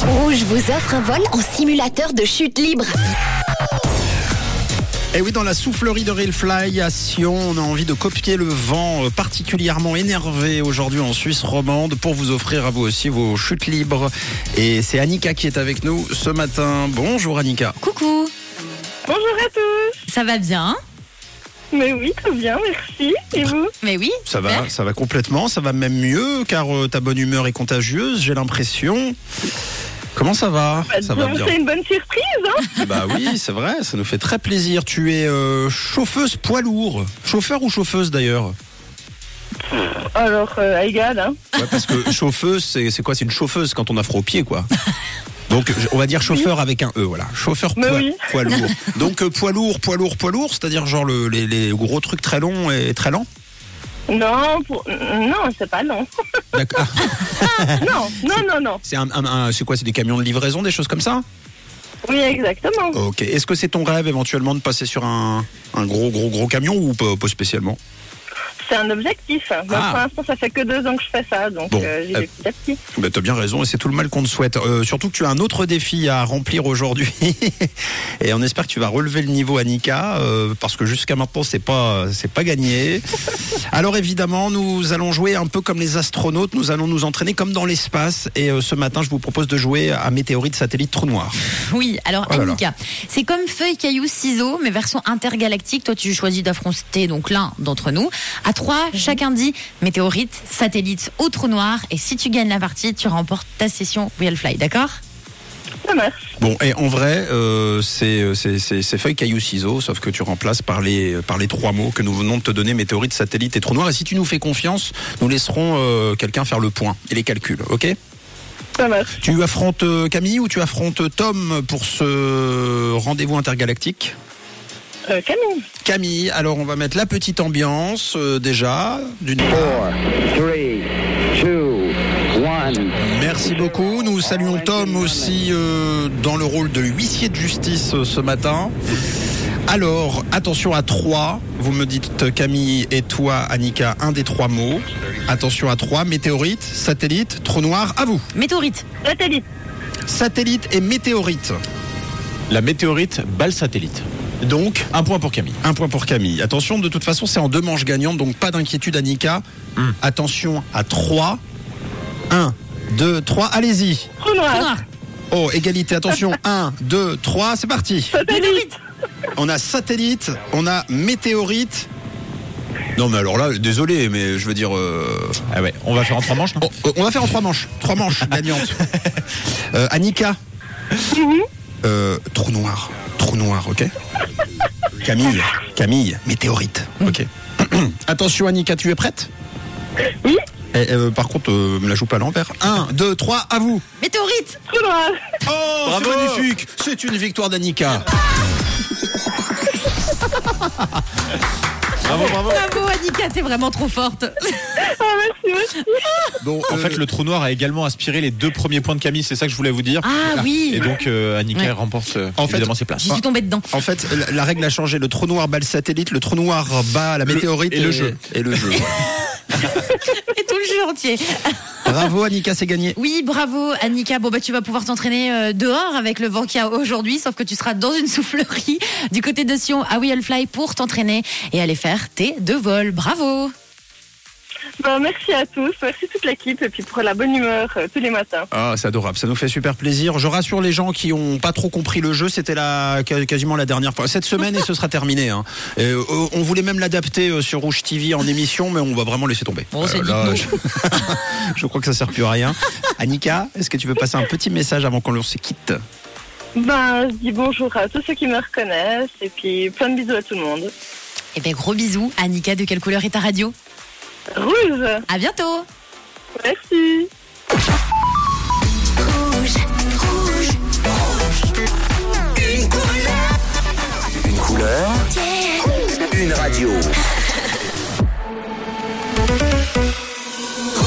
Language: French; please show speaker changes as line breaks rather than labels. Rouge vous offre un vol en simulateur de chute libre.
Et oui, dans la soufflerie de Railfly à Sion, on a envie de copier le vent euh, particulièrement énervé aujourd'hui en Suisse romande pour vous offrir à vous aussi vos chutes libres. Et c'est Annika qui est avec nous ce matin. Bonjour Annika.
Coucou,
Bonjour à tous.
ça va bien
Mais oui, tout bien, merci. Et vous
Mais oui,
Ça va,
super.
ça va complètement, ça va même mieux car euh, ta bonne humeur est contagieuse, j'ai l'impression. Comment ça va
Bah,
Ça va
disons,
bien.
C'est une bonne surprise. Hein
Bah oui, c'est vrai, ça nous fait très plaisir. Tu es euh, chauffeuse poids lourd. Chauffeur ou chauffeuse d'ailleurs
Alors, euh, égal, hein.
Ouais, parce que chauffeuse, c'est c'est quoi C'est une chauffeuse quand on a froid au pied, quoi. Donc, je- on va dire chauffeur avec un E, voilà. Chauffeur
Mais
poids,
oui.
poids lourd. Donc, euh, poids lourd, poids lourd, poids lourd, c'est-à-dire genre le- les, les gros trucs très longs et très lents.
Non, pour... non, c'est pas non.
D'accord. Ah,
Non, non, non, non.
c'est un, un- un- c'est quoi C'est des camions de livraison, des choses comme ça
Oui, exactement.
Ok. Est-ce que c'est ton rêve éventuellement de passer sur un, un gros, gros, gros camion ou pas, pas spécialement
C'est un objectif. hein. Moi,
Ah.
Pour l'instant, ça fait que deux ans que je fais ça, donc
Bon,
euh, j'y
euh,
vais petit à petit.
Bah, T'as bien raison et c'est tout le mal qu'on te souhaite. Euh, surtout que tu as un autre défi à remplir aujourd'hui et on espère que tu vas relever le niveau, Annika, euh, parce que jusqu'à maintenant c'est pas c'est pas gagné. Alors évidemment, nous allons jouer un peu comme les astronautes. Nous allons nous entraîner comme dans l'espace et euh, ce matin, je vous propose de jouer à météorite satellite trou noir.
Oui, alors
Oh là là.
Annika, c'est comme feuille, caillou, ciseaux, mais version intergalactique. Toi, tu choisis d'affronter donc l'un d'entre nous. À trois,
Mhm.
chacun dit météorite, satellite ou trou noir. Et si tu gagnes la partie, tu remportes ta session Real Fly, d'accord
Ça marche.
Bon et en vrai, euh, c'est c'est- c'est c'est feuille caillou ciseaux, sauf que tu remplaces par les par les trois mots que nous venons de te donner météorite, satellite et trou noir. Et si tu nous fais confiance, nous laisserons euh, quelqu'un faire le point et les calculs, ok
Ça marche.
Tu affrontes euh, Camille ou tu affrontes Tom pour ce rendez-vous intergalactique
Euh, Camille.
Camille, alors on va mettre la petite ambiance euh, déjà. D'une...
four, three, two, one.
Merci beaucoup. Nous saluons Tom aussi euh, dans le rôle de huissier de justice euh, ce matin. Alors, attention à trois. Vous me dites euh, Camille et toi, Annika, un des trois mots. Attention à trois. Météorite, satellite, trou noir, à vous.
Météorite,
Nathalie.
Satellite et météorite.
La météorite balle satellite.
Donc,
Un point pour Camille.
Un point pour Camille. Attention, de toute façon, c'est en deux manches gagnantes, donc pas d'inquiétude, Annika.
Hmm.
Attention à 3. 1, 2, 3, allez-y.
Trou
trou
noir.
noir,
Oh, égalité, attention. 1, 2, 3, c'est parti.
Satellite.
On a satellite, on a météorite. Non, mais alors là, désolé, mais je veux dire. euh,
Ah ouais, on va faire en trois manches, non
oh, oh, on va faire en trois manches. Trois manches gagnantes. Euh, Annika. Euh, trou noir. Trou noir, ok Camille, Camille, météorite.
Mm.
Ok. Attention, Annika, tu es prête
Oui.
Eh, euh, par contre, euh, me la joue pas à l'envers. 1, 2, 3, à vous
météorite.
Trou noir.
Oh, c'est magnifique C'est une victoire d'Annika
Bravo Annika, t'es vraiment trop forte.
Ah, merci, merci.
Bon,
En
euh,
fait, le trou noir a également aspiré les deux premiers points de Camille, c'est ça que je voulais vous dire.
Ah oui,
Et donc, euh, Annika
Ouais.
remporte euh,
En fait-
évidemment ses places.
j'y suis tombée dedans.
En fait, la, la règle a changé. Le trou noir bat le satellite, le trou noir bat la météorite
et le jeu.
euh, Et le jeu. voilà.
Et tout le jeu entier.
Bravo Annika, c'est gagné.
Oui, bravo Annika. Bon bah tu vas pouvoir t'entraîner euh, dehors avec le vent qu'il y a aujourd'hui, sauf que tu seras dans une soufflerie du côté de Sion à Will Fly pour t'entraîner et aller faire tes deux vols. Bravo.
Bah, merci à tous. Merci toute l'équipe. Et puis pour la bonne humeur euh, tous les matins.
Ah, c'est adorable, ça nous fait super plaisir. Je rassure les gens qui ont pas trop compris le jeu, c'était la qua- quasiment la dernière fois. Cette semaine et ce sera terminé. hein. Et, euh, on voulait même l'adapter euh, sur Rouge TV en émission, mais on va vraiment laisser tomber. Euh,
Bon, c'est
là,
dites-nous.
je... je crois que ça sert plus à rien. Annika, est-ce que tu veux passer un petit message avant qu'on se quitte
Ben, je dis bonjour à tous ceux qui me reconnaissent. Et puis plein de bisous à tout le monde.
Et ben gros bisous Annika. De quelle couleur est ta radio
Rouge.
À bientôt.
Merci.
Une radio.